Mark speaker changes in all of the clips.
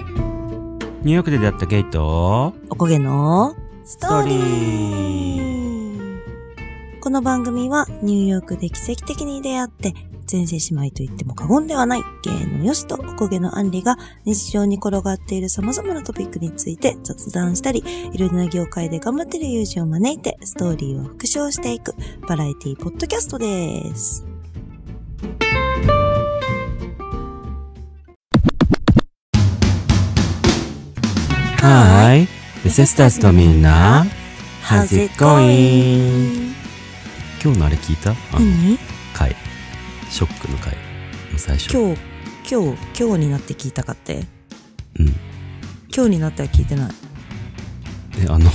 Speaker 1: ニューヨークで出会ったゲイと
Speaker 2: おこげのストーリ
Speaker 1: ー
Speaker 2: ー。この番組はニューヨークで奇跡的に出会って、前世姉妹と言っても過言ではない芸のよしとおこげのあんりが日常に転がっている様々なトピックについて雑談したり、いろんな業界で頑張っている友人を招いてストーリーを復唱していくバラエティポッドキャストです。
Speaker 1: はーい The Sisters のみんな How's it going? 今日のあれ聞いたあの
Speaker 2: 何
Speaker 1: 回ショックの回もう最初
Speaker 2: 今日、今日、今日になって聞いたかって。
Speaker 1: うん
Speaker 2: 今日になっては聞いてない。
Speaker 1: えあの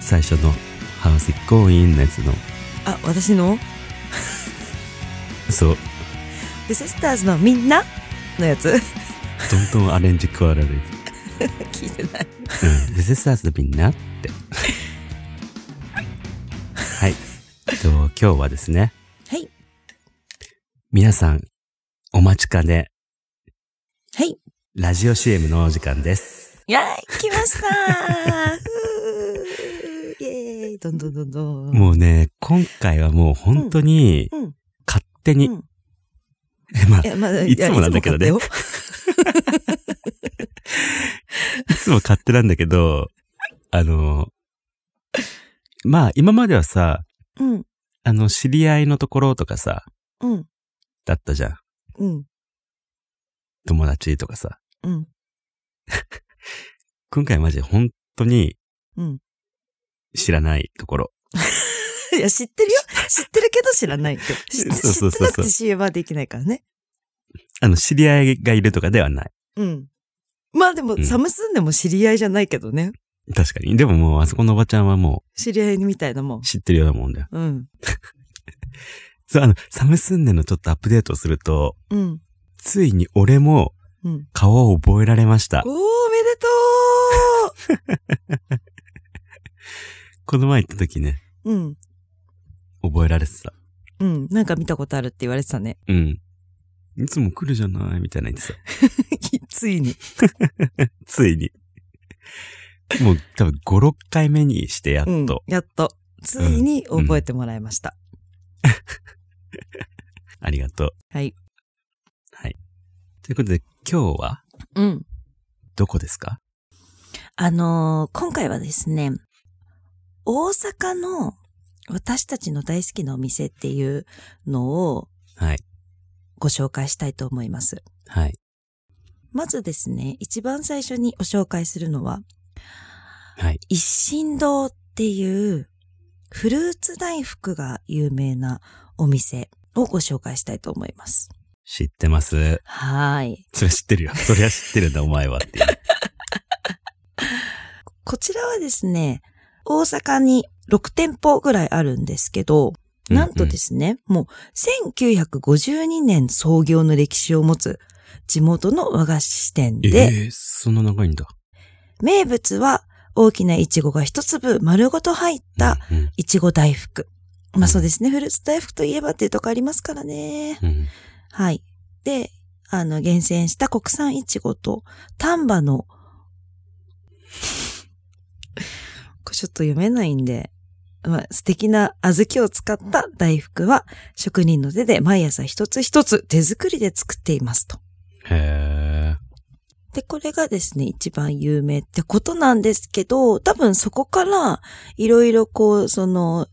Speaker 1: 最初の「How's it going?」のやつの
Speaker 2: あ、私の
Speaker 1: そう
Speaker 2: The Sisters のみんなのやつ
Speaker 1: どんどんアレンジ加わられる
Speaker 2: 聞いてない。
Speaker 1: うん、The Sisters のみんなって。はい。えっと、今日はですね、
Speaker 2: はい。
Speaker 1: 皆さん、お待ちかね、
Speaker 2: はい。
Speaker 1: ラジオ CM のお時間です。
Speaker 2: やー来ましたーふーイ ェーイどんどんどんどん。
Speaker 1: もうね、今回はもう本当に、
Speaker 2: うん。
Speaker 1: 勝手に、
Speaker 2: うん
Speaker 1: まあ
Speaker 2: い、や、まあ、
Speaker 1: いつもなんだけどね
Speaker 2: いやいつも
Speaker 1: いつも勝手なんだけど、あの、まあ、今まではさ、
Speaker 2: 買ったよ
Speaker 1: あの、知り合いのところとかさ、
Speaker 2: うん。うん。
Speaker 1: だったじゃん。
Speaker 2: うん。
Speaker 1: 友達とかさ。
Speaker 2: うん。
Speaker 1: 今回マジで本当に
Speaker 2: うん。
Speaker 1: 知らないところ。
Speaker 2: いや、知ってるよ。知ってるけど知 らないって。知って
Speaker 1: そうそうそうそう
Speaker 2: 知ってなくて CM はできないからね。
Speaker 1: あの、知り合いがいるとかではない。
Speaker 2: うん。まあでも、
Speaker 1: うん
Speaker 2: サムスンでも知り合いじゃないけどね。
Speaker 1: 確かに。でももう、あそこのおばちゃんはも
Speaker 2: 知り合いみたいなもん
Speaker 1: う。知ってるようなもんだよ。
Speaker 2: うん。
Speaker 1: そう、あの、サムスンネのちょっとアップデートをすると、
Speaker 2: うん。
Speaker 1: ついに俺も
Speaker 2: うん。
Speaker 1: 顔を覚えられました
Speaker 2: お。ー、おめでと
Speaker 1: この前行った時ね、
Speaker 2: ううん。
Speaker 1: 覚えられてた。
Speaker 2: うん。なんか見たことあるって言われてたね。
Speaker 1: うん。いつも来るじゃないみたいな言ってた。
Speaker 2: ついに。
Speaker 1: ついに。もう多分5、6回目にしてやっ
Speaker 2: うん
Speaker 1: と。。
Speaker 2: やっと。ついに覚えてもらいました。
Speaker 1: ありがとう。
Speaker 2: はい。
Speaker 1: はい。ということで、今日は
Speaker 2: うん。
Speaker 1: どこですか
Speaker 2: あのー今回はですね、大阪の私たちの大好きなお店っていうのを
Speaker 1: はい。
Speaker 2: ご紹介したいと思います。
Speaker 1: はい。
Speaker 2: まずですね、一番最初にご紹介するのは、
Speaker 1: はい。
Speaker 2: 一心堂っていうフルーツ大福が有名なお店をご紹介したいと思います。
Speaker 1: 知ってます。
Speaker 2: はーい。
Speaker 1: それ知ってるよ。それは知ってるんだ、お前はっていう。
Speaker 2: こちらはですね、大阪に6店舗ぐらいあるんですけど、なんとですね、もう1952年創業の歴史を持つ地元の和菓子店
Speaker 1: え
Speaker 2: で、
Speaker 1: えーそんな長いんだ。
Speaker 2: 名物は大きなイチゴが一粒丸ごと入った
Speaker 1: うん
Speaker 2: いちご大福。まあそうですね、フルーツ大福といえばっていうとこありますからね。
Speaker 1: うん
Speaker 2: はい。で、あの、厳選した国産いちごと丹波の、 これちょっと読めないんで、まあ、素敵な小豆を使った大福は職人の手で毎朝一つ一つ手作りで作っていますと。
Speaker 1: へ
Speaker 2: で、これがですね、一番有名ってことなんですけど、多分そこから、いろいろこう、その、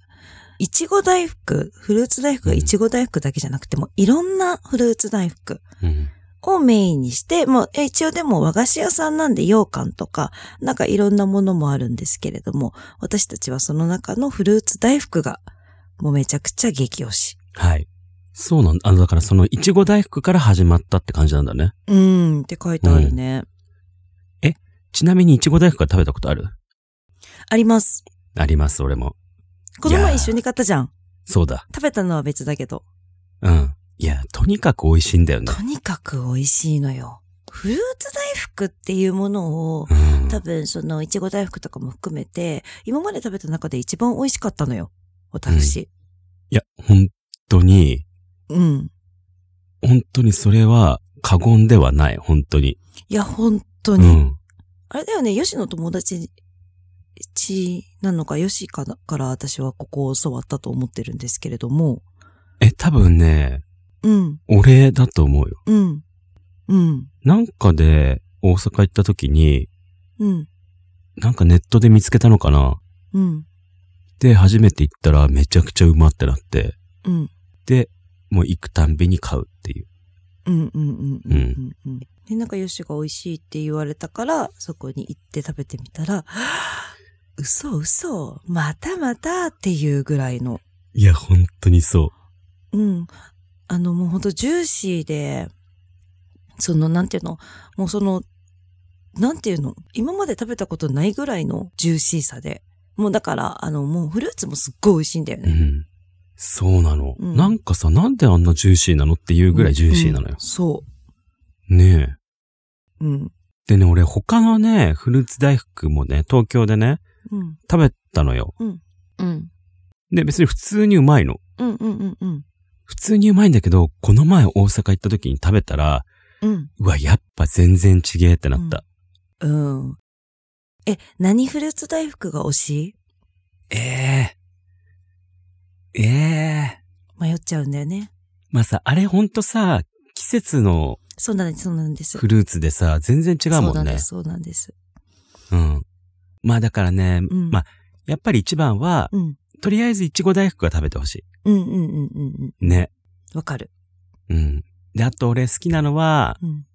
Speaker 2: いちご大福、フルーツ大福がいちご大福だけじゃなくても、いろんなフルーツ大福、
Speaker 1: え。うん
Speaker 2: をメインにして、もうえ一応でも和菓子屋さんなんで羊羹とか、なんかいろんなものもあるんですけれども、私たちはその中のフルーツ大福が、もうめちゃくちゃ激推し。
Speaker 1: はい。そうなんだ。あの、だからその、いちご大福から始まったって感じなんだね。
Speaker 2: うーんって書いてあるね。
Speaker 1: ちなみにいちご大福は食べたことある
Speaker 2: あります。
Speaker 1: あります、俺も。
Speaker 2: この
Speaker 1: いやー
Speaker 2: 前一緒に買ったじゃん。
Speaker 1: そうだ。
Speaker 2: 食べたのは別だけど。
Speaker 1: うん。いや、とにかく美味しいんだよね。
Speaker 2: とにかく美味しいのよ。フルーツ大福っていうものを、
Speaker 1: うん。
Speaker 2: 多分そのいちご大福とかも含めて、今まで食べた中で一番美味しかったのよ。私。
Speaker 1: いや、本当に、
Speaker 2: うん。
Speaker 1: 本当にそれは過言ではない、本当に。
Speaker 2: いや、本当
Speaker 1: う
Speaker 2: に。
Speaker 1: ん。
Speaker 2: あれだよね、ヨシの友達、ちなのか、ヨシかなから私はここを教わったと思ってるんですけれども、
Speaker 1: え、多分ね、
Speaker 2: うん、
Speaker 1: 俺だと思うよ。
Speaker 2: うん、うん、
Speaker 1: なんかで大阪行った時に、
Speaker 2: うん、
Speaker 1: なんかネットで見つけたのかな
Speaker 2: うん、
Speaker 1: で、初めて行ったらめちゃくちゃうまってなって、
Speaker 2: うん、
Speaker 1: で、もう行くたんびに買うっていう。
Speaker 2: うん、うん、うん、うん、うん、うん。で、なんかヨシが美味しいって言われたから、そこに行って食べてみたら、は ぁ嘘嘘、またまたっていうぐらいの
Speaker 1: いや、本当にそう。
Speaker 2: うん。あの、もうほんとジューシーで、その、なんていうの、もうその、なんていうの、今まで食べたことないぐらいのジューシーさで。もうだから、あの、もうフルーツもすっごい美味しいんだよ
Speaker 1: う
Speaker 2: ね。
Speaker 1: ん。そうなの、
Speaker 2: うん
Speaker 1: なんかさ、なんであんなジューシーなのっていうぐらいジューシーなの
Speaker 2: うん
Speaker 1: よ。
Speaker 2: そ
Speaker 1: ね
Speaker 2: う。うん。
Speaker 1: え。でね、俺他のね、フルーツ大福もね、東京でね、
Speaker 2: うん。
Speaker 1: 食べたのよ。
Speaker 2: うん。
Speaker 1: で、別に普通にうまいの。
Speaker 2: うんうんうんうん。
Speaker 1: 普通にうまいんだけど、この前大阪行った時に食べたら、
Speaker 2: うん。
Speaker 1: うわ、やっぱ全然ちげえってなった。
Speaker 2: うん。え、何フルーツ大福が推し
Speaker 1: ええええ
Speaker 2: 迷っちゃうんだよね。
Speaker 1: まあさ、あれほんとさ、季節の
Speaker 2: そうなんです、そうなんです。
Speaker 1: フルーツでさ、全然違う
Speaker 2: そう
Speaker 1: も
Speaker 2: なんんで
Speaker 1: ね。
Speaker 2: す、そうなんです。
Speaker 1: うん。まあだからね、
Speaker 2: うん
Speaker 1: まあ、やっぱり一番は、
Speaker 2: うん。
Speaker 1: とりあえずいちご大福が食べてほし
Speaker 2: うんうんうんうんうん。
Speaker 1: い。ね。
Speaker 2: わかる。
Speaker 1: うん。で、あと俺好きなのは、
Speaker 2: うん。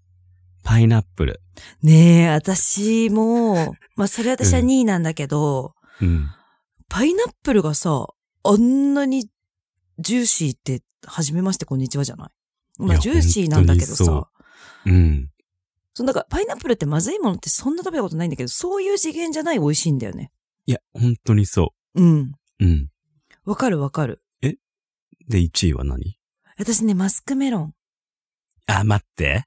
Speaker 1: パイナップル。
Speaker 2: ねえ、私も、まあ、それ私は2位なんだけど、
Speaker 1: うん。
Speaker 2: パイナップルがさ、あんなにジューシーって、初めましてこんにちはじゃないま
Speaker 1: い
Speaker 2: あ、
Speaker 1: や
Speaker 2: ジューシーなんだけどさ。
Speaker 1: 本当に
Speaker 2: そ
Speaker 1: そううん。
Speaker 2: う、だから、パイナップルってまずいものってそんな食べたことないんだけど、そういう次元じゃない美味しいんだよね。
Speaker 1: いや、本当にそ
Speaker 2: うん。
Speaker 1: う。うん。
Speaker 2: わかるわかる。
Speaker 1: で、1位は何
Speaker 2: 私ね、マスクメロン。
Speaker 1: あ、待って。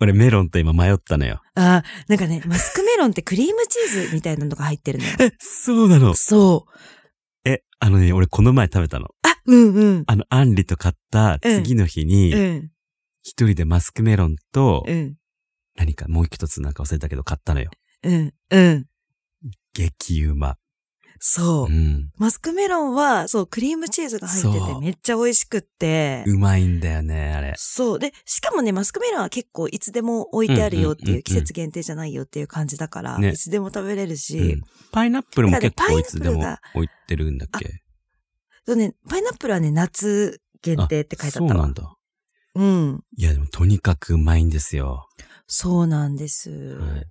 Speaker 1: 俺メロンと今迷ったのよ。
Speaker 2: ああ、なん かね、マスクメロンってクリームチーズみたいなのが入ってるのよ。
Speaker 1: そうなの。
Speaker 2: そう。
Speaker 1: え、あのね、俺この前食べたの。
Speaker 2: あ、うんうん。
Speaker 1: あの、アンリと買った次の日に、
Speaker 2: うん。
Speaker 1: 一人でマスクメロンと、
Speaker 2: うん。
Speaker 1: 何かもう一つなんか忘れたけど買ったのよ。
Speaker 2: うん。うん。
Speaker 1: 激うま。
Speaker 2: そうう。
Speaker 1: ん。
Speaker 2: マスクメロンは、そう、クリームチーズが入って
Speaker 1: そ
Speaker 2: て
Speaker 1: う
Speaker 2: めっちゃ美味しくって。
Speaker 1: うまいんだよね、あれ。
Speaker 2: そう。で、しかもね、マスクメロンは結構いつでも置いてあるよって
Speaker 1: うんうんうん
Speaker 2: いううん季節限定じゃないよっていう感じだから、
Speaker 1: ね
Speaker 2: いつでも食べれるし、
Speaker 1: うんパイナップルも結
Speaker 2: だから
Speaker 1: 構
Speaker 2: ね
Speaker 1: いつでも置いてるんだっけ
Speaker 2: そうね、パイナップルはね、夏限定って書いてあ
Speaker 1: そう
Speaker 2: ったわ
Speaker 1: なんだ。
Speaker 2: うん。
Speaker 1: いや、でもとにかくうまいんですよ。
Speaker 2: そうなんです。
Speaker 1: はい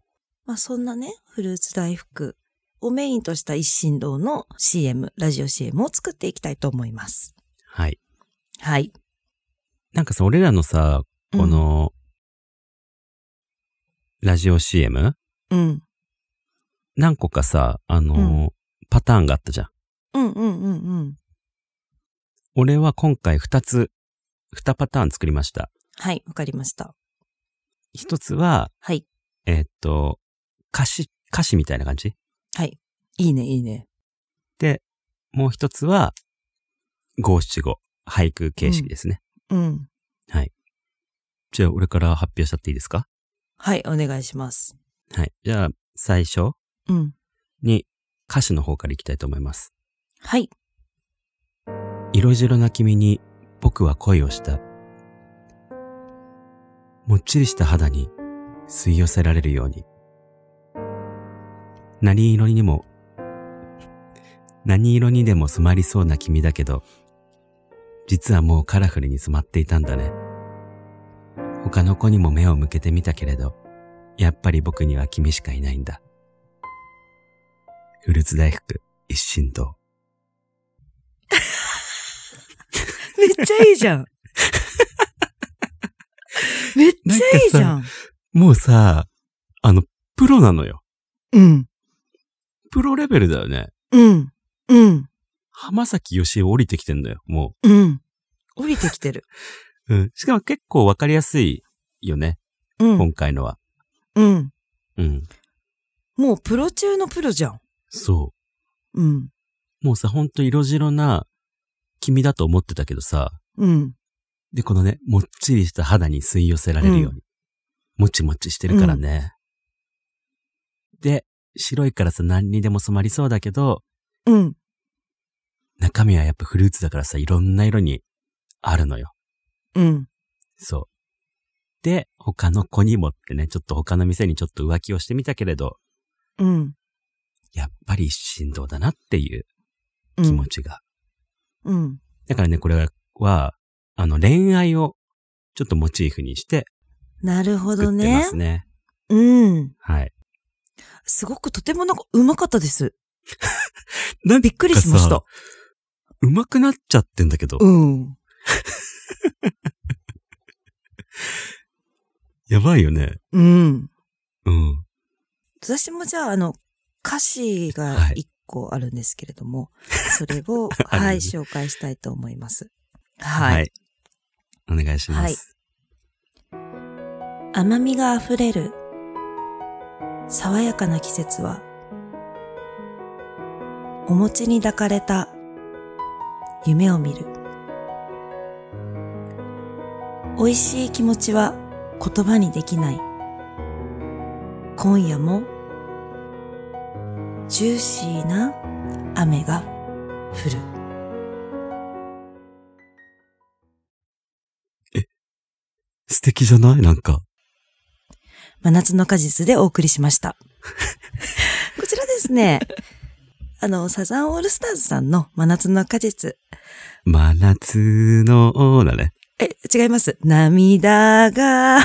Speaker 2: まあそんなね、フルーツ大福をメインとした一心堂の CM、ラジオ CM を作っていきたいと思います。
Speaker 1: はい。
Speaker 2: はい。
Speaker 1: なんかさ、俺らのさ、この、ラジオ CM?
Speaker 2: うん、
Speaker 1: 何個かさ、あのーパターンがあったじゃん。
Speaker 2: うん、うん、うん、うん。
Speaker 1: 俺は今回2つ、2パターン作りました。
Speaker 2: はい、わかりました。
Speaker 1: 1つは、
Speaker 2: はい。
Speaker 1: えーっと、歌詞、歌詞みたいな感じ
Speaker 2: はい。いいね、いいね。
Speaker 1: で、もう1つは、五七五、俳句形式ですね。
Speaker 2: うん。
Speaker 1: じゃあ、俺から発表しちゃっていいですか
Speaker 2: はい、お願いします。
Speaker 1: はい。じゃあ、最初
Speaker 2: うん。
Speaker 1: に歌詞の方からいきたいと思います。
Speaker 2: はい。
Speaker 1: 色白な君に僕は恋をした。もっちりした肌に吸い寄せられるように。何色にも、何色にでも染まりそうな君だけど、実はもうカラフルに染まっていたんだね。他の子にも目を向けてみたけれど、やっぱり僕には君しかいないんだ。フルーツ大福一心堂。
Speaker 2: めっちゃいいじ ゃん。めっちゃいいじゃん。
Speaker 1: もうさ、あの、プロなのよ。
Speaker 2: うん。
Speaker 1: プロレベルだよね。
Speaker 2: うん。うん。
Speaker 1: 浜崎よしお降りてきてんだよ、も
Speaker 2: うん。降りてきてる。
Speaker 1: う。うん。しかも結構わかりやすいよね、
Speaker 2: うん。
Speaker 1: 今回のは。
Speaker 2: うん。
Speaker 1: うん。
Speaker 2: もうプロ中のプロじゃん。
Speaker 1: そ
Speaker 2: うん。
Speaker 1: う。もうさ、ほんと色白な君だと思ってたけどさ、
Speaker 2: うん。
Speaker 1: で、このね、もっちりした肌に吸い寄せられるように。もちもちしてるからね。で、白いからさ、何にでも染まりそうだけど、
Speaker 2: うん。
Speaker 1: 中身はやっぱフルーツだからさ、いろんな色にあるのよ。
Speaker 2: うん。
Speaker 1: そう。で、他の子にもってね、ちょっと他の店にちょっと浮気をしてみたけれど、
Speaker 2: うん。
Speaker 1: やっぱり一心同だなっていう
Speaker 2: う
Speaker 1: 気持
Speaker 2: ん。
Speaker 1: ちが。
Speaker 2: うん。
Speaker 1: だからね、これは、あの、恋愛をちょっとモチーフにして
Speaker 2: なるほど
Speaker 1: 作ってま
Speaker 2: ね。
Speaker 1: すね。
Speaker 2: うん。
Speaker 1: はい。
Speaker 2: すごくとてもなんかうまかったです。
Speaker 1: なん
Speaker 2: びっくりしま
Speaker 1: か
Speaker 2: した
Speaker 1: さ。うまくなっちゃってんだけど、
Speaker 2: うん。
Speaker 1: やばいよね。
Speaker 2: うん。
Speaker 1: うん。
Speaker 2: 私もじゃあ、あの、歌詞
Speaker 1: は
Speaker 2: が
Speaker 1: い
Speaker 2: 一個あるんですけれども、それを、
Speaker 1: あるん
Speaker 2: はい、
Speaker 1: です
Speaker 2: 紹介したいと思います。はい。
Speaker 1: お願いします。
Speaker 2: 甘みがあふれる爽やかな季節はお餅に抱かれた夢を見る美味しい気持ちは言葉にできない今夜もジューシーな雨が降る
Speaker 1: 素敵じゃないなんか。
Speaker 2: 真夏の果実でお送りしました。 こちらですね、あの、サザンオールスターズさんの真夏の果実。
Speaker 1: 真夏の王だね。
Speaker 2: え、違います。涙が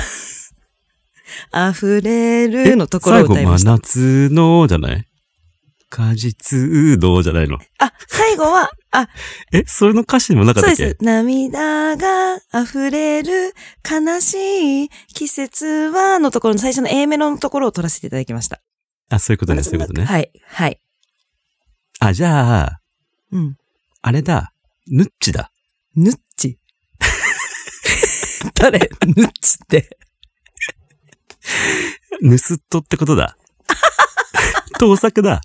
Speaker 2: 溢れるのところを
Speaker 1: 最後
Speaker 2: 歌いまし
Speaker 1: 真
Speaker 2: た。
Speaker 1: 夏の王じゃない果実道じゃないの。
Speaker 2: あ、最後は、あ、
Speaker 1: え、それの歌詞にもなかっ
Speaker 2: そ
Speaker 1: た
Speaker 2: う
Speaker 1: っけ
Speaker 2: です。涙が溢れる悲しい季節はのところの最初の A メロのところを取らせていただきました。
Speaker 1: あ、そういうことね、そういうことね。
Speaker 2: はい、はい。
Speaker 1: あ、じゃあ、
Speaker 2: うん。
Speaker 1: あれだ。ヌッチだ。
Speaker 2: ぬっ ち。誰ぬっちって。
Speaker 1: ヌスットってこと だ。盗作だ。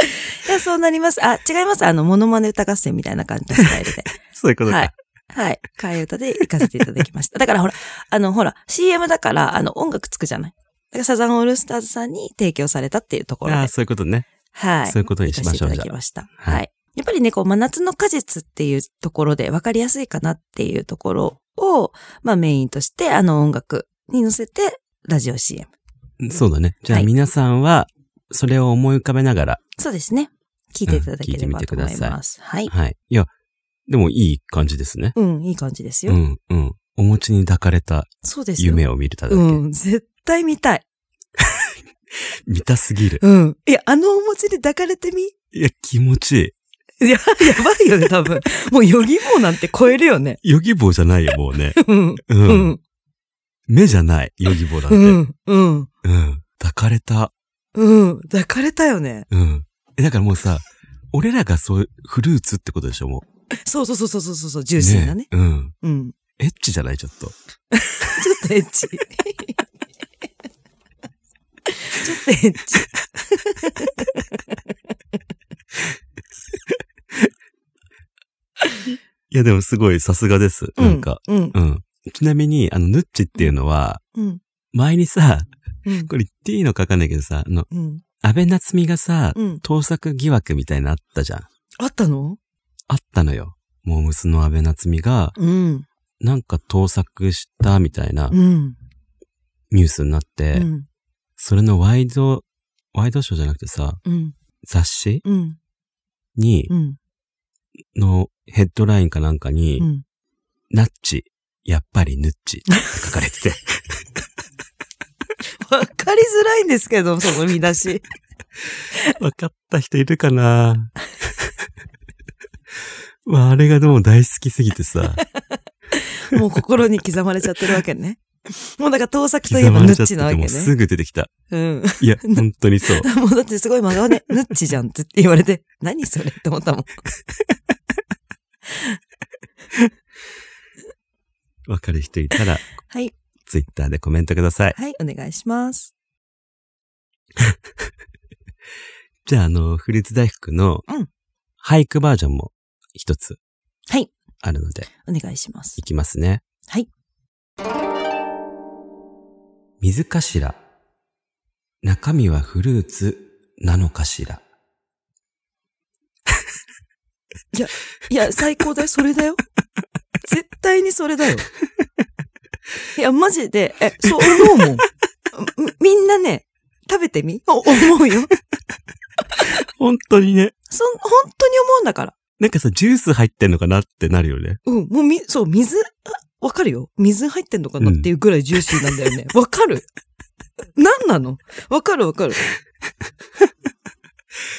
Speaker 2: いや、そうなります。あ、違います。あの、モノマネ歌合戦みたいな感じのスタイルで。
Speaker 1: そういうことか。
Speaker 2: はい。はい。替え歌で行かせていただき ました。だからほら、あの、ほら、CM だから、あの、音楽つくじゃない。だからサザンオールスターズさんに提供されたっていうところで。
Speaker 1: あ
Speaker 2: は
Speaker 1: あ、
Speaker 2: い。
Speaker 1: そういうことね。そういうことにしましょう、
Speaker 2: 行かせて
Speaker 1: じ
Speaker 2: いた
Speaker 1: ゃ
Speaker 2: だきました。
Speaker 1: はい
Speaker 2: はい。やっぱりね、こう、真夏の果実っていうところで分かりやすいかなっていうところを、まあメインとして、あの音楽に乗せて、ラジオ CM。
Speaker 1: あ。そうだね。じゃあ
Speaker 2: はい
Speaker 1: 皆さんは、それを思い浮かべながら、
Speaker 2: そうですね。聞いていただ
Speaker 1: うん
Speaker 2: ければと思
Speaker 1: 聞いてみて
Speaker 2: い
Speaker 1: くださ
Speaker 2: ます。はい。
Speaker 1: はい。いや、でもいい感じですね。
Speaker 2: うん、いい感じです
Speaker 1: う
Speaker 2: よ。
Speaker 1: ん、うん。お餅に抱かれた
Speaker 2: そうですよ。
Speaker 1: 夢を見るただけ。
Speaker 2: うん、絶対見たい。
Speaker 1: 見たすぎる。
Speaker 2: うん。いや、あのお餅で抱かれてみ。
Speaker 1: いや、気持ちい
Speaker 2: いや、やばいよ ね、多分。もう、ヨギボーなんて超えるよね。
Speaker 1: い。ヨギ棒じゃないよ、もう ね。
Speaker 2: うん。
Speaker 1: うん。
Speaker 2: うん。
Speaker 1: 目じゃない、ヨギ棒なんて。
Speaker 2: う
Speaker 1: うん。
Speaker 2: ん。うん。
Speaker 1: 抱かれた。
Speaker 2: うん。抱かれたよね。
Speaker 1: うん。え、だからもうさ、俺らがそう、フルーツってことでしょ、もう。
Speaker 2: そうそうそうそうそうそう、ジューシーなね。
Speaker 1: えうん。
Speaker 2: うん。
Speaker 1: エッチじゃない、ちょっと。
Speaker 2: ちょっとエッ チ。ちょっとエッチ。
Speaker 1: いや、でもすごい、さすがです。なんか。。
Speaker 2: うん。
Speaker 1: うん。ちなみに、あの、ヌッチっていうのは、
Speaker 2: うん。
Speaker 1: 前にさ、
Speaker 2: うん。
Speaker 1: これ言っていいのかわかんないけどさ、あの、
Speaker 2: うん。
Speaker 1: 安倍夏美がさ、
Speaker 2: うん。
Speaker 1: 盗作疑惑みたいなのあったじゃん。
Speaker 2: あったの
Speaker 1: あったのよ。モームスの安倍夏美が、
Speaker 2: うん。
Speaker 1: なんか盗作したみたいな
Speaker 2: うん。
Speaker 1: ニュースになって、
Speaker 2: うん。
Speaker 1: それのワイド、ワイドショーじゃなくてさ、
Speaker 2: うん。
Speaker 1: 雑誌
Speaker 2: うん。
Speaker 1: に、
Speaker 2: うん。
Speaker 1: のヘッドラインかなんかに、
Speaker 2: うん。
Speaker 1: ナッチ、やっぱりヌッチって書かれて て、
Speaker 2: わかりづらいんですけど、その見出 し。
Speaker 1: わかった人いるかな まあ、あれがでも大好きすぎて さ、
Speaker 2: もう心に刻まれちゃってるわけね。もうだから盗作といえ
Speaker 1: 刻
Speaker 2: ば
Speaker 1: ま
Speaker 2: ヌ
Speaker 1: れちゃ
Speaker 2: ッ
Speaker 1: っ
Speaker 2: チ
Speaker 1: て
Speaker 2: なわ
Speaker 1: て
Speaker 2: けね
Speaker 1: もう。すぐ出てきた。
Speaker 2: うん。
Speaker 1: いや、本当にそう。
Speaker 2: もうだってすごい真顔ね、ヌッチじゃんって言われて、 何それって思ったもん。
Speaker 1: わかる人いたら、
Speaker 2: はい。
Speaker 1: ツイッターでコメントください。
Speaker 2: はい、お願いします。
Speaker 1: じゃあ、あの、フルーツ大福の
Speaker 2: うん、
Speaker 1: 俳句バージョンも一つ
Speaker 2: はい。
Speaker 1: あるので、
Speaker 2: お願いします
Speaker 1: い。きますね。
Speaker 2: はい。
Speaker 1: 水頭、中身はフルーツなのかしら。
Speaker 2: いや、最高だよ。それだよ。絶対にそれだよ。いや、マジで、え、そう思う もん。みみんなね、食べてみお思うよ。
Speaker 1: 本当にね。
Speaker 2: そん、本当に思うんだから。
Speaker 1: なんかさ、ジュース入ってんのかなってなるよね。
Speaker 2: うん、もうみ、そう、水、あわかるよ。水入ってんのかなっていうぐらいジューシーなんだ よね。わ、かる。なんなのわかるわかる。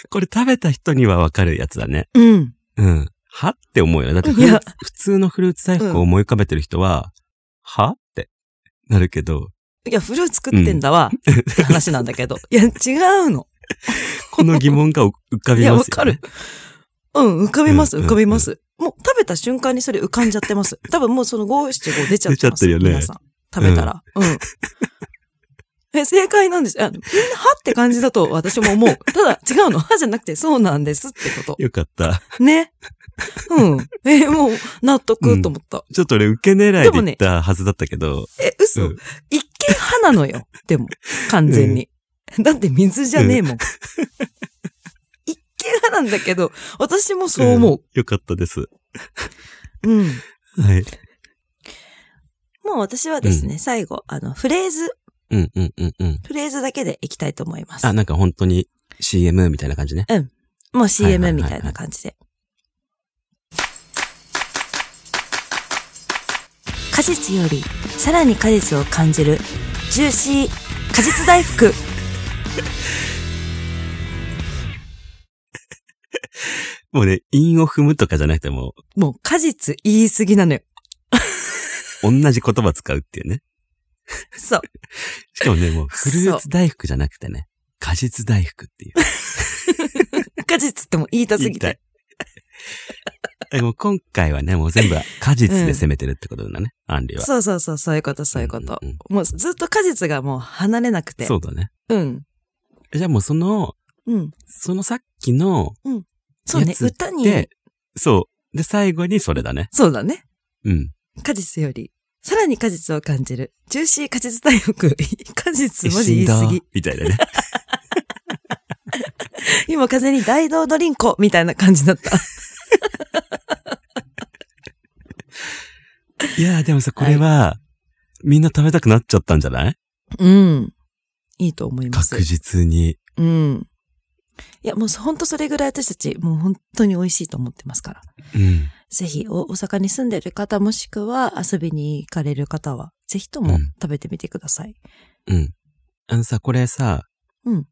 Speaker 1: これ食べた人にはわかるやつだね。
Speaker 2: うん。
Speaker 1: うん。はって思うよね。だってフ
Speaker 2: い
Speaker 1: ルー
Speaker 2: や
Speaker 1: ツ、普通のフルーツ大福を思い浮かべてる人は、はってなるけど、
Speaker 2: いや、フルーツ作ってんだわ。って話なんだけど。いや、違うの。
Speaker 1: この疑問が浮 か
Speaker 2: い
Speaker 1: び
Speaker 2: や、
Speaker 1: ま
Speaker 2: わ
Speaker 1: すよ
Speaker 2: か
Speaker 1: ね。
Speaker 2: る。うん、浮かびます、
Speaker 1: うんうん
Speaker 2: 浮かびます。もう食べた瞬間にそれ浮かんじゃってます。多分もうその5、7、5出ちゃってます。
Speaker 1: 出ちゃってるよね
Speaker 2: 皆さん。食べたら。うん。え、正解なんです。あみんな、はって感じだと私も思う。ただ、違うの。はじゃなくて、そうなんですってこ
Speaker 1: よかった。
Speaker 2: と。ね。うん。え、もう、納得と思った。
Speaker 1: ちょっと俺受け狙いで
Speaker 2: でも
Speaker 1: 言
Speaker 2: ね
Speaker 1: ったはずだったけど、
Speaker 2: え、
Speaker 1: う
Speaker 2: 嘘、
Speaker 1: ん
Speaker 2: 一見歯な のよ。でも、完全に。だって水じゃねえもん。一見歯なんだけど、私もそう思
Speaker 1: んよかったです。
Speaker 2: う。うん。
Speaker 1: はい。
Speaker 2: もう私はですね、最後、あの、フレーズ、
Speaker 1: うんうんうんうん。
Speaker 2: フレーズだけでいきたいと思います
Speaker 1: あ、。なんか本当に CM みたいな感じね。
Speaker 2: もう
Speaker 1: はいはいは
Speaker 2: CM
Speaker 1: い
Speaker 2: みたいな感じで。果実より、さらに果実を感じる、ジューシー、果実大福。
Speaker 1: もうね、韻を踏むとかじゃなくても、
Speaker 2: もう果実言い過ぎなのよ。
Speaker 1: 同じ言葉使うっていうね。
Speaker 2: そう。
Speaker 1: しかもね、 もうフルーツ大福じゃなくてね、果実大福っていう。
Speaker 2: 果実ってもう言いたすぎ
Speaker 1: 言い
Speaker 2: て。
Speaker 1: たい。でも今回はね、もう全部果実で攻めてるってことだね、アンリは。
Speaker 2: そうそうそう、そういうこと、そういうこと。
Speaker 1: んんん
Speaker 2: もうずっと果実がもう離れなくて。
Speaker 1: そうだね。
Speaker 2: うん。
Speaker 1: じゃあもうその、
Speaker 2: うん。
Speaker 1: そのさっきの、
Speaker 2: そうね
Speaker 1: や、つって
Speaker 2: 歌に、
Speaker 1: そう。で、最後にそれだね。
Speaker 2: そうだね。
Speaker 1: うん。
Speaker 2: 果実より、さらに果実を感じる、ジューシー果実大福。果実マジ言い過
Speaker 1: 死ん
Speaker 2: ぎ
Speaker 1: だ。みたいなね。
Speaker 2: 今風に大道ドリンコみたいな感じだ った。
Speaker 1: いやーでもさ、これは、みんな食べたくなっちゃったんじゃない
Speaker 2: うん。いいと思います
Speaker 1: 確。実に。
Speaker 2: うん。いや、もうほんとそれぐらい私たち、もう本当に美味しいと思ってますから。
Speaker 1: うん。
Speaker 2: ぜひ、お大阪に住んでる方もしくは遊びに行かれる方は、ぜひと
Speaker 1: う
Speaker 2: も
Speaker 1: ん
Speaker 2: 食べてみてください。
Speaker 1: うん。あのさ、これさ、
Speaker 2: うん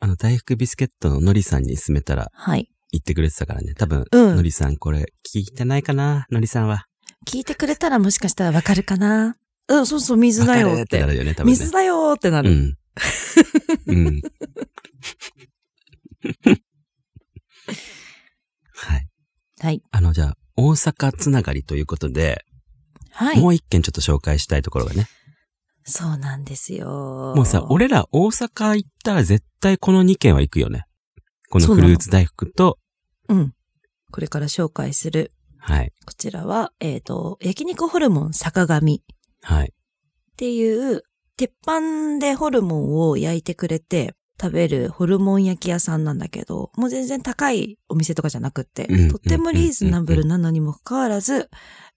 Speaker 1: あの、大福ビスケットののりさんに勧めたら
Speaker 2: はい。
Speaker 1: 言ってくれてたからね。多分、
Speaker 2: うん
Speaker 1: のりさんこれ聞いてないかなのりさんは。
Speaker 2: 聞いてくれたらもしかしたらわかるかなうん、そうそう、水だ
Speaker 1: わか
Speaker 2: よ
Speaker 1: る
Speaker 2: っ
Speaker 1: って
Speaker 2: て
Speaker 1: な。るよね、多分ね。
Speaker 2: 水だよってな
Speaker 1: う
Speaker 2: る。
Speaker 1: ん。うん。 はい。
Speaker 2: はい。
Speaker 1: あの、じゃあ、大阪つながりということで、
Speaker 2: はい
Speaker 1: も。う一件ちょっと紹介したいところがね。
Speaker 2: そうなんですよ。
Speaker 1: もうさ、俺ら大阪行ったら絶対この2件は行くよね。この
Speaker 2: そう
Speaker 1: フ
Speaker 2: なの
Speaker 1: ルーツ大福と、
Speaker 2: うん。これから紹介する、
Speaker 1: はい。
Speaker 2: こちらは、えっ、と、焼肉ホルモン坂上っ
Speaker 1: はい。
Speaker 2: ていう、鉄板でホルモンを焼いてくれて食べるホルモン焼き屋さんなんだけど、もう全然高いお店とかじゃなくって、
Speaker 1: うん
Speaker 2: とってもリーズナブルなのにもかかわらず、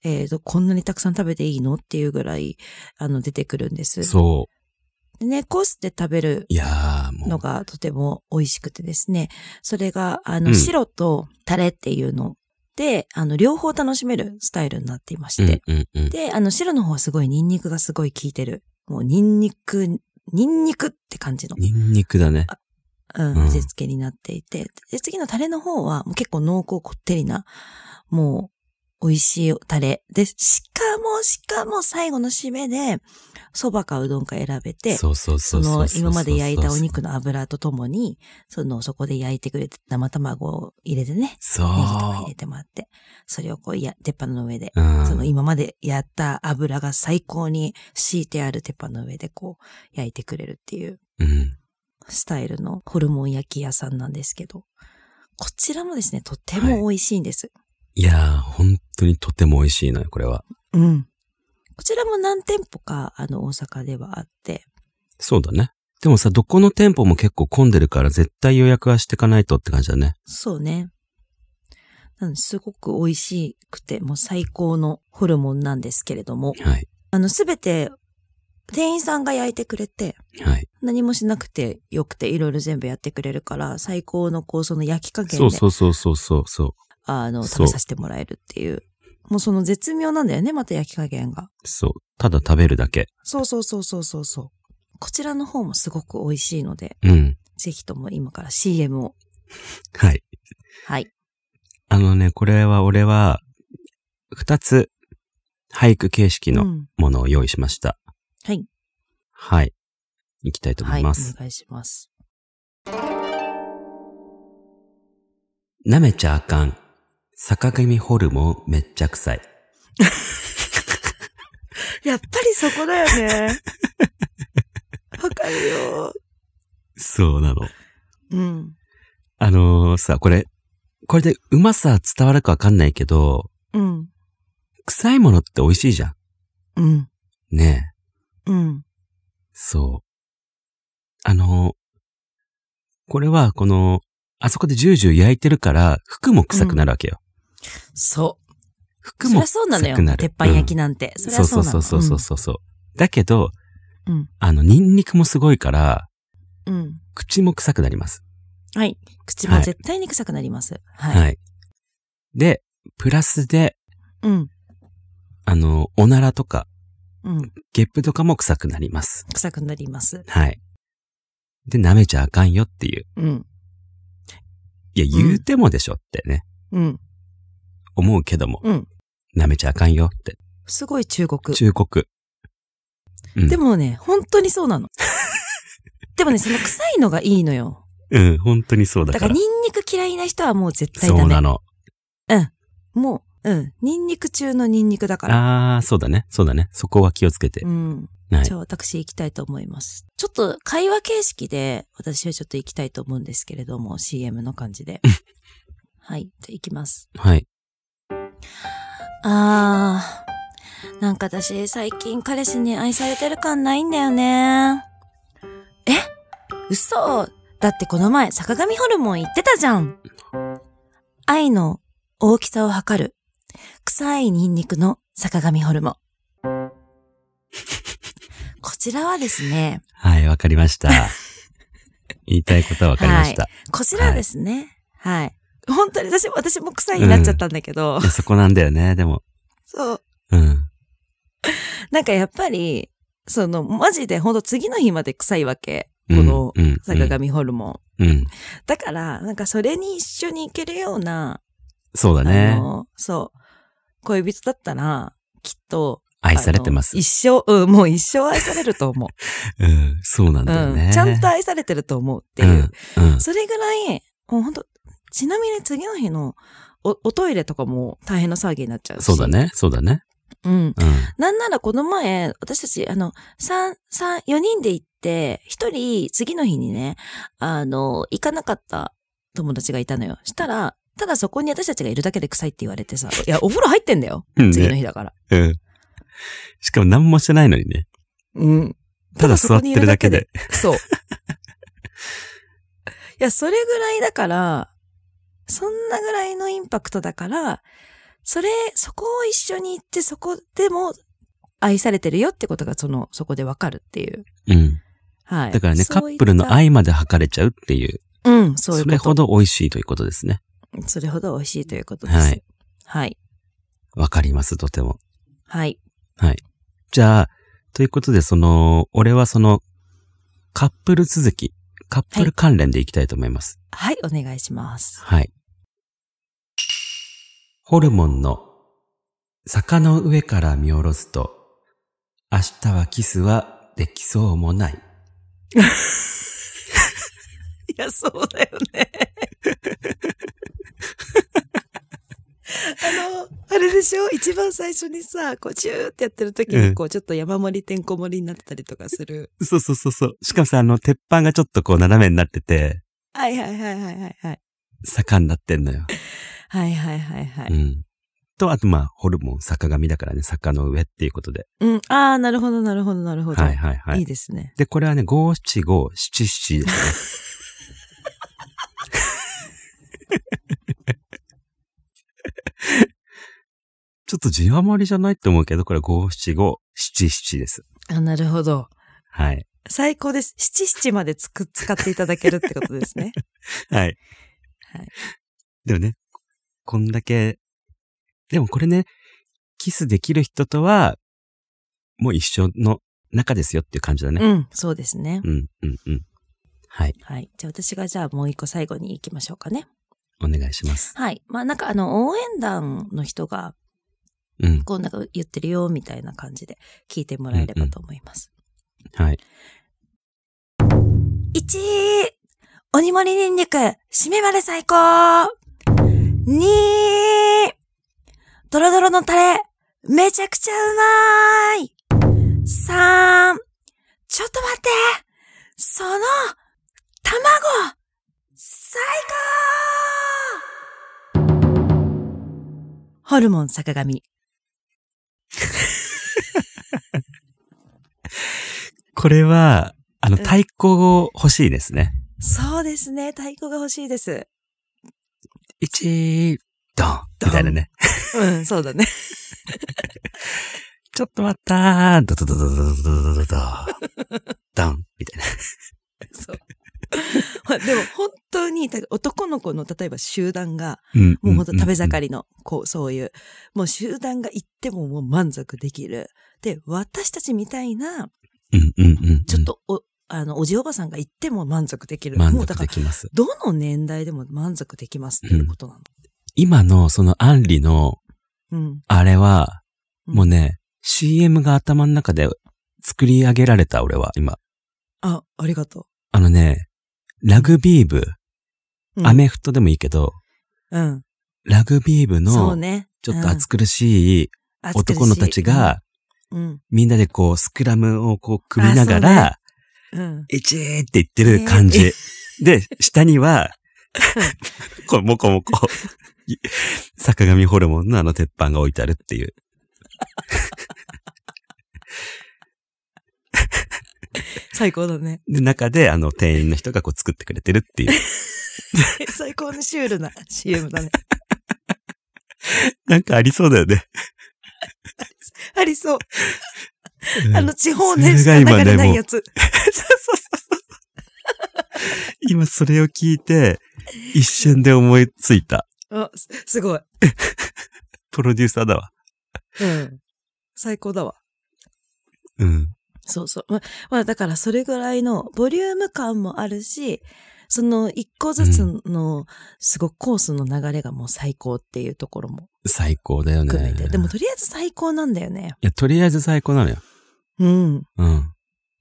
Speaker 2: えっ、と、こんなにたくさん食べていいのっていうぐらい、あの、出てくるんです。
Speaker 1: そう。
Speaker 2: でね、コースで食べる
Speaker 1: いやー、も
Speaker 2: の
Speaker 1: う。
Speaker 2: がとても美味しくてですね。それが、あ
Speaker 1: う
Speaker 2: の、
Speaker 1: ん
Speaker 2: 白とタレっていうので、あの、両方楽しめるスタイルになっていま
Speaker 1: う
Speaker 2: し
Speaker 1: ん
Speaker 2: て。
Speaker 1: うんうん。
Speaker 2: で、あの、白の方はすごいニンニクがすごい効いてる。もうニンニク、ニンニクって感じの、
Speaker 1: ニンニクだね。
Speaker 2: うん
Speaker 1: うん
Speaker 2: 味付けになっていて。で、次のタレの方はもう結構濃厚こってりな、もう、美味しいタレ。で、しかも、しかも最後の締めで、蕎麦かうどんか選べて、
Speaker 1: そうそうそ
Speaker 2: そう
Speaker 1: そ
Speaker 2: の
Speaker 1: うそうそう。
Speaker 2: 今まで焼いたお。肉の油とともに、そのそこで焼いてくれて生卵を入れてね、
Speaker 1: そう。
Speaker 2: ネギとか入れてもらって、それをこういや、鉄板の上で、
Speaker 1: うん。
Speaker 2: その今までやった油が最高に敷いてある鉄板の上でこう焼いてくれるっていう
Speaker 1: うん。
Speaker 2: スタイルのホルモン焼き屋さんなんですけど、こちらもですね、とても美味しいんです。
Speaker 1: いやー、本当にとても美味しいのよ、これは。
Speaker 2: うん。こちらも何店舗か、あの、大阪ではあって、
Speaker 1: そうだね。でもさ、どこの店舗も結構混んでるから絶対予約はしてかないとって感じだね。
Speaker 2: そうね。なので、すごく美味しくて、もう最高のホルモンなんですけれども、
Speaker 1: はい。
Speaker 2: あの、すべて、店員さんが焼いてくれて、
Speaker 1: はい。
Speaker 2: 何もしなくてよくて、いろいろ全部やってくれるから、最高のこう、その焼き加減
Speaker 1: そう
Speaker 2: で、
Speaker 1: そうそうそうそうそう。
Speaker 2: あの、食
Speaker 1: そう
Speaker 2: べさせてもらえるっていう。もうその絶妙なんだよね、また焼き加減が。
Speaker 1: そう。ただ食べるだけ。
Speaker 2: そうそうそうそうそうそう。こちらの方もすごく美味しいので、
Speaker 1: うん。
Speaker 2: ぜひとも今から CM を。
Speaker 1: はい。
Speaker 2: はい。
Speaker 1: あのね、これは俺は、二つ、俳句形式
Speaker 2: う
Speaker 1: の
Speaker 2: ん
Speaker 1: ものを用意しました。
Speaker 2: はい。
Speaker 1: はい。いきたいと思
Speaker 2: はいい。お
Speaker 1: ます。
Speaker 2: 願いします。
Speaker 1: 舐めちゃあかん。坂上ホルモンめっちゃ臭い。
Speaker 2: やっぱりそこだよ ね。わかるよ。
Speaker 1: そうなの。
Speaker 2: うん。
Speaker 1: あのー、さ、これ、これでうまさ伝わるかわかんないけど、
Speaker 2: うん。
Speaker 1: 臭いものって美味しいじゃ
Speaker 2: うん。
Speaker 1: ん。ねえ。
Speaker 2: うん。
Speaker 1: そう。あのー、これはこの、あそこでジュージュー焼いてるから、服も臭くなるわけよ。
Speaker 2: そう。
Speaker 1: 服
Speaker 2: そり
Speaker 1: も
Speaker 2: ゃそうなのよ
Speaker 1: 臭くな。る
Speaker 2: 鉄板焼きなんて。そりゃそうな
Speaker 1: そ
Speaker 2: の
Speaker 1: うそうそうそうそう。うだけど、
Speaker 2: うん。
Speaker 1: あの、ニンニクもすごいから、
Speaker 2: うん。うん。
Speaker 1: 口も臭くなります。
Speaker 2: はい。口も絶対に臭くなります。はい。
Speaker 1: はい。で、プラスで、
Speaker 2: うん。
Speaker 1: あの、おならとか、
Speaker 2: うん。
Speaker 1: ゲップとかも臭くなります。
Speaker 2: 臭くなります。
Speaker 1: はい。で、舐めちゃあかんよっていう。
Speaker 2: うん。
Speaker 1: いや、言うてもでしょってね、
Speaker 2: うん。
Speaker 1: 思うけども、
Speaker 2: うん。
Speaker 1: 舐めちゃあかんよって。
Speaker 2: すごい中国。
Speaker 1: 忠告。うん、
Speaker 2: で、もね、本当にそう なの。でもね、その臭いのがいいのよ。
Speaker 1: うん、本当にそうだ
Speaker 2: だ
Speaker 1: か。
Speaker 2: からら、ニンニク嫌いな人はもう絶対
Speaker 1: そうな
Speaker 2: ダメ。
Speaker 1: の。
Speaker 2: もう、うん。ニンニク中のニンニクだから。
Speaker 1: あー、そうだね。そうだね。そこは気をつけて。
Speaker 2: うん。
Speaker 1: はい
Speaker 2: じゃあ私行きたいと思います。ちょっと会話形式で私はちょっと行きたいと思うんですけれども、CM の感 じで。はい。じゃあ行きます。
Speaker 1: はい。
Speaker 2: あー。なんか私最近彼氏に愛されてる感ないんだよね。え嘘だってこの前坂上ホルモン言ってたじゃん。愛の大きさを測る。臭いニンニクの坂上ホルモン。 こちらはですね、
Speaker 1: はい、わかりま した。言いたいことはわかりました。
Speaker 2: こちらはですね、はい。本当に私も、私も臭いになっちゃったんだけど、
Speaker 1: いやそこなんだよね、でも。
Speaker 2: そう。
Speaker 1: うん。
Speaker 2: なんかやっぱり、その、マジでほんと次の日まで臭いわけ。この
Speaker 1: うんうん
Speaker 2: 坂上ホルモン。
Speaker 1: うん。
Speaker 2: だから、なんかそれに一緒に行けるような、
Speaker 1: そうだ
Speaker 2: あ
Speaker 1: ね。
Speaker 2: の、そう、恋人だったら、きっと、
Speaker 1: 愛されてます
Speaker 2: あの。一生、うん、もう一生愛されると思う。
Speaker 1: うん。 そうなん
Speaker 2: う
Speaker 1: だよ
Speaker 2: ん
Speaker 1: ね。。
Speaker 2: ちゃんと
Speaker 1: っ
Speaker 2: 愛されてると思うっていう。
Speaker 1: うん。うん
Speaker 2: それぐらい、もう本当ちなみに次の日のお、おトイレとかも大変な騒ぎになっちゃうし。
Speaker 1: そうだ。ね。そうだね。
Speaker 2: うん。
Speaker 1: うん。
Speaker 2: なんならこの前、私たち、あの、三、三、四人で行って、一人、次の日にね、あの、行かなかった友達がいたのよ。したら、ただそこに私たちがいるだけで臭いって言われてさ、いや、お風呂入ってんだよ。
Speaker 1: うんね
Speaker 2: 次の日だから。
Speaker 1: うん。しかも何もしてないのにね。
Speaker 2: うん。
Speaker 1: ただ座ってるだけで。
Speaker 2: そう。いや、それぐらいだから、そんなぐらいのインパクトだから、それ、そこを一緒に行って、そこでも愛されてるよってことが、その、そこでわかるっていう。
Speaker 1: うん。
Speaker 2: はい。
Speaker 1: だからね、
Speaker 2: そ
Speaker 1: カ
Speaker 2: うい
Speaker 1: ッ
Speaker 2: った
Speaker 1: プルの。愛まで測れちゃうっていう。
Speaker 2: うん、そういう
Speaker 1: そ
Speaker 2: こと。
Speaker 1: れほど美味しいということですね。
Speaker 2: それほど美味しいということです。
Speaker 1: はい。
Speaker 2: はい。
Speaker 1: わかります、とても。
Speaker 2: はい。
Speaker 1: じゃあ、ということで、その、俺はその、カップル続き、カップル関連でいきたいと思います。
Speaker 2: はい、お願いします。
Speaker 1: はい。ホルモンの坂の上から見下ろすと、明日はキスはできそうもない。
Speaker 2: いや、そうだよね。 あの、あれでしょ一番最初にさ、こう、チューってやってる時
Speaker 1: う
Speaker 2: に、
Speaker 1: ん
Speaker 2: こう、ちょっと山盛りてんこ盛りになってたりとかする。
Speaker 1: そうそうそうそう。しかもさ、あの、鉄板がちょっとこう斜めになってて、
Speaker 2: はいはいはいはいはいはい。
Speaker 1: 坂になってんのよ。
Speaker 2: はいはいはいは
Speaker 1: う
Speaker 2: い。
Speaker 1: ん。と、あとまあ、ホルモン、坂上だからね、坂の上っていうことで。
Speaker 2: うん。ああ、なるほど、なるほど、なるほど。
Speaker 1: はいはいはい
Speaker 2: い
Speaker 1: い。
Speaker 2: ですね。
Speaker 1: で、これはね、五七五七七ですね。 ちょっと字余りじゃないって思うけど、これ五七五七七です。
Speaker 2: あ、なるほど。
Speaker 1: はい。
Speaker 2: 最高です。七七までつく、使っていただけるってことですね。
Speaker 1: はい。
Speaker 2: はい。
Speaker 1: でもね、こんだけ、でもこれね、キスできる人とは、もう一緒の中ですよっていう感じだね。
Speaker 2: うん、そうですね。
Speaker 1: うん、うん、うん。はい。
Speaker 2: はい。じゃあ私がじゃあもう一個最後に行きましょうかね。
Speaker 1: お願いします。
Speaker 2: はい。まあなんかあの、応援団の人が、
Speaker 1: うん。
Speaker 2: こうなんか言ってるよ、みたいな感じで聞いてもらえればと思います。
Speaker 1: はい。
Speaker 2: 1、鬼盛りニンニク、締めまで最高 !2、ドロドロのタレ、めちゃくちゃうまい !3、ちょっと待ってその、卵、最高ホルモン坂上。
Speaker 1: これは、あの、
Speaker 2: うん
Speaker 1: 太鼓を欲しいですね。
Speaker 2: そうですね、太鼓が欲しいです。
Speaker 1: 一、ドンみたいなね。
Speaker 2: うん、そう だね。
Speaker 1: ちょっと待ったードドドドドドドド ドドドンみたいな。
Speaker 2: そう。 まあでも本当にた男の子の例えば集団が、
Speaker 1: うん
Speaker 2: もう本当食べ盛
Speaker 1: り。
Speaker 2: りの、こう、そういう、もう集団が行ってももう満足できる。で、私たちみたいな、
Speaker 1: うんうんうんうん。
Speaker 2: ちょっとお、あの、おじおばさんが行っても満足できる。
Speaker 1: 満
Speaker 2: もうだ
Speaker 1: 足
Speaker 2: か
Speaker 1: で
Speaker 2: ら、
Speaker 1: きます。
Speaker 2: どの年代でも満足できますっていうことなの。
Speaker 1: 今のそのアンリの、
Speaker 2: うん。
Speaker 1: あれは、
Speaker 2: うん
Speaker 1: もうね、CM が頭の中で作り上げられた俺は今。
Speaker 2: あ、ありがと
Speaker 1: あのね、ラグビー部、
Speaker 2: う。うん
Speaker 1: ア。メフトでもいいけど、
Speaker 2: うん。
Speaker 1: ラグビー部
Speaker 2: そう
Speaker 1: の、
Speaker 2: ね。
Speaker 1: ちょっと暑苦しい
Speaker 2: うん、暑苦しい
Speaker 1: 男のたちが、、
Speaker 2: うん。
Speaker 1: みんなでこう、スクラムをこう、組みなが
Speaker 2: あ
Speaker 1: ら、
Speaker 2: うん。
Speaker 1: えちーって言ってる感じ。で、下には、こう、もこもこ、い坂上ホルモンのあの鉄板が置いてあるっていう。
Speaker 2: 最高だね。
Speaker 1: で、中で、あの、店員の人がこう作ってくれてるっていう。
Speaker 2: 最高のシュールな CM だね。
Speaker 1: なんかありそうだよね。
Speaker 2: ありそう。
Speaker 1: うん
Speaker 2: あの、地方ね、し
Speaker 1: そ
Speaker 2: か
Speaker 1: れ
Speaker 2: 流
Speaker 1: が今ね
Speaker 2: れないやつ。
Speaker 1: 今それを聞いて、一瞬で思いついた。
Speaker 2: あ、すすごい。
Speaker 1: プロデューサーだわ。
Speaker 2: うん。最高だわ。
Speaker 1: うん。
Speaker 2: そうそう。ま、まあ、だからそれぐらいのボリューム感もあるし、その一個ずつの、すごくコースの流れがもう最高っていうところも
Speaker 1: 最高だよ
Speaker 2: 含め
Speaker 1: ね。
Speaker 2: て。でもとりあえず最高なんだよね。
Speaker 1: いや、とりあえず最高なのよ。
Speaker 2: うん。
Speaker 1: うん。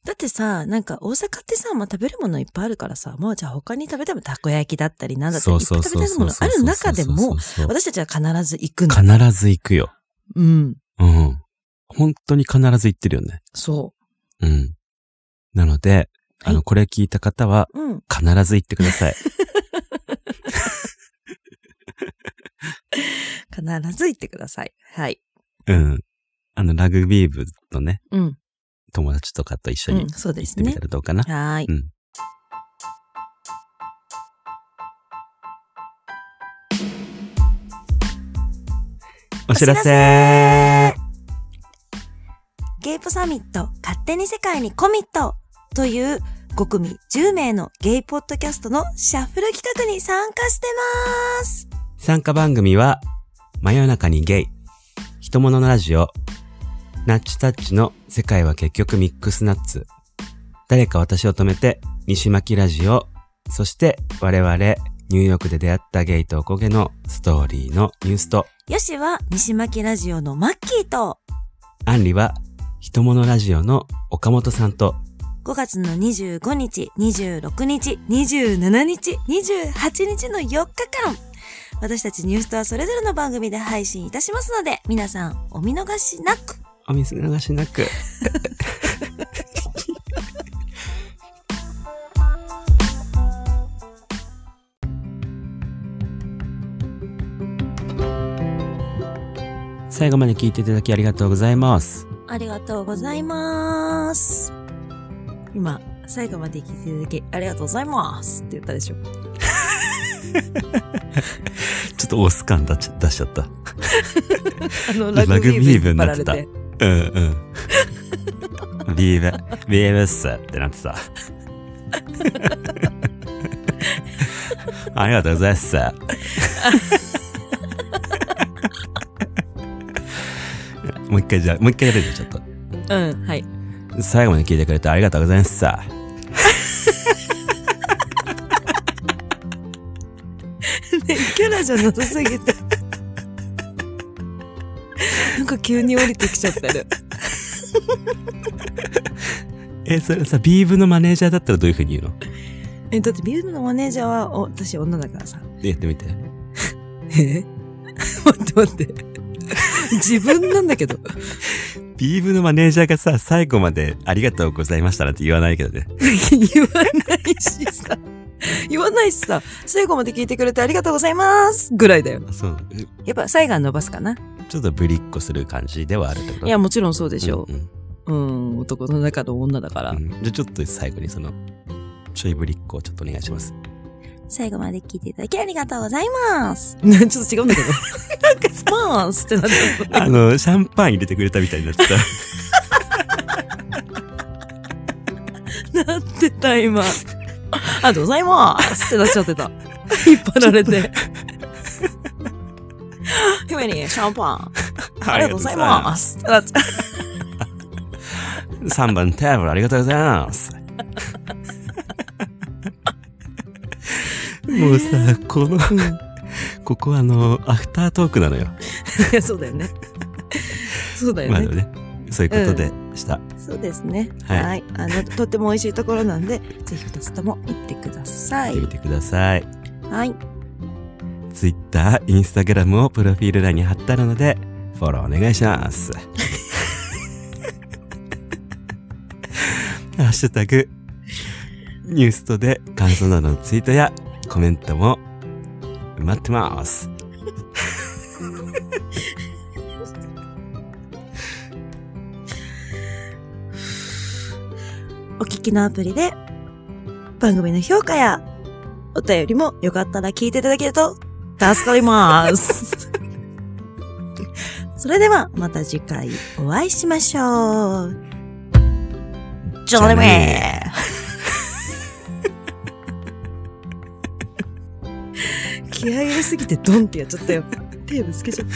Speaker 2: だってさ、なんか大阪ってさ、まあ、食べるものいっぱいあるからさ、まあじゃあ他に食べてもたこ焼きだったりなんだったり、いっぱい食べたいものある中でも、
Speaker 1: そうそうそう
Speaker 2: 私たちは必ず行くの。
Speaker 1: 必ず行くよ。
Speaker 2: うん。
Speaker 1: うん。本当に必ず行ってるよね。
Speaker 2: そ
Speaker 1: うん。なので、あ
Speaker 2: は
Speaker 1: の、
Speaker 2: い
Speaker 1: これ聞いた方は、
Speaker 2: う。うん。
Speaker 1: 必ず行ってくだ さい。
Speaker 2: 必ず行ってください。はい。
Speaker 1: うん。あの、ラグビー部のね、
Speaker 2: うん。
Speaker 1: 友達とかと一緒
Speaker 2: う
Speaker 1: に
Speaker 2: ん、そうで
Speaker 1: 行っ
Speaker 2: す
Speaker 1: てみ
Speaker 2: ね
Speaker 1: た。らどうかな。
Speaker 2: はーい。
Speaker 1: うんお知らせ
Speaker 2: ゲイポサミット勝手に世界にコミットという5組10名のゲイポッドキャストのシャッフル企画に参加してます
Speaker 1: 参加番組は、真夜中にゲイ、人物のラジオ、ナッチタッチの世界は結局ミックスナッツ、誰か私を止めて、西巻ラジオ、そして我々、ニューヨークで出会ったゲイとおこげのストーリーのニュースと、
Speaker 2: よしは西巻ラジオのマッキーと
Speaker 1: アンリは、人物ラジオの岡本さんと、
Speaker 2: 5月の25日、26日、27日、28日の4日間私たちニュースとはそれぞれの番組で配信いたしますので皆さんお見逃しなく
Speaker 1: お見逃しなく。 最後まで聞いていただきありがとうございます。
Speaker 2: ありがとうございます。今、最後まで聞いていただきありがとうございますって言ったでしょ。
Speaker 1: ちょっとオス感出し出しちゃった。
Speaker 2: あの、
Speaker 1: ラ
Speaker 2: ラ
Speaker 1: グ
Speaker 2: グ
Speaker 1: ビ
Speaker 2: ビ
Speaker 1: ー
Speaker 2: ー
Speaker 1: 部
Speaker 2: 部
Speaker 1: に
Speaker 2: に
Speaker 1: な
Speaker 2: な
Speaker 1: っ
Speaker 2: ってて
Speaker 1: た
Speaker 2: た。
Speaker 1: うんうん。ビーバ、ビーバッサってなって た。ありがとうございます。もう一回じゃあ、もう一回やるよ、ちょっと。
Speaker 2: うん、 はい。
Speaker 1: 最後まで聞いてくれてありがとうございます。
Speaker 2: ねキャラじゃなさすぎて。なんか急に降りてきちゃってる。
Speaker 1: え、それさ、ビーブのマネージャーだったらどういう風に言うの
Speaker 2: え、だってビームのマネージャーは、お私女だからさ。
Speaker 1: やってみて。
Speaker 2: え待って待って。自分なんだけど。
Speaker 1: ビーブのマネージャーがさ、最後までありがとうございましたなんて言わないけどね。
Speaker 2: 言わないしさ。言わないしさ。最後まで聞いてくれてありがとうございますぐらいだよ。
Speaker 1: あそう。
Speaker 2: やっぱ最後は伸ばすかな。
Speaker 1: ちょっとぶりっこする感じではあるってこと
Speaker 2: いや、もちろんそうでしょ
Speaker 1: うんうん
Speaker 2: う。うん、男の中の女だから。
Speaker 1: うんじゃあちょっと最後にその、ちょいぶりっこをちょっとお願いします。
Speaker 2: 最後まで聞いていただきありがとうございます。 ちょっと違うんだけど。なんかスパーンスってなっちゃった
Speaker 1: あの、シャンパン入れてくれたみたいになってた。
Speaker 2: なってた、今。ありがとうございますってなっちゃってた。引っ張られて。ひめに、シャンパン。 ありがとうございますってなっちゃっ
Speaker 1: す。3番テーブルありがとうござい ます。もうさ、この、
Speaker 2: た。うん
Speaker 1: ここあの、アフタートークなのよ。
Speaker 2: いや、そうだよね。そうだよ
Speaker 1: まあ
Speaker 2: ね
Speaker 1: で。もね、そういうことでした。
Speaker 2: そうですね。
Speaker 1: は
Speaker 2: はいい。あの、とっても美味しいところなんで、ぜひ二つとも行ってください
Speaker 1: 見。てください。
Speaker 2: はい。
Speaker 1: Twitter、Instagram をプロフィール欄に貼ったので、フォローお願いします。 ハッシュタグ、ニュースとで感想などのツイートやコメントも待ってます。
Speaker 2: お聞きのアプリで、番組の評価や、お便りもよかったら聞いていただけると、助かり ます。それでは、また次回お会いしましょう。じゃあね ー気合い入れすぎてドンってやっちゃったよ。テープつけちゃった。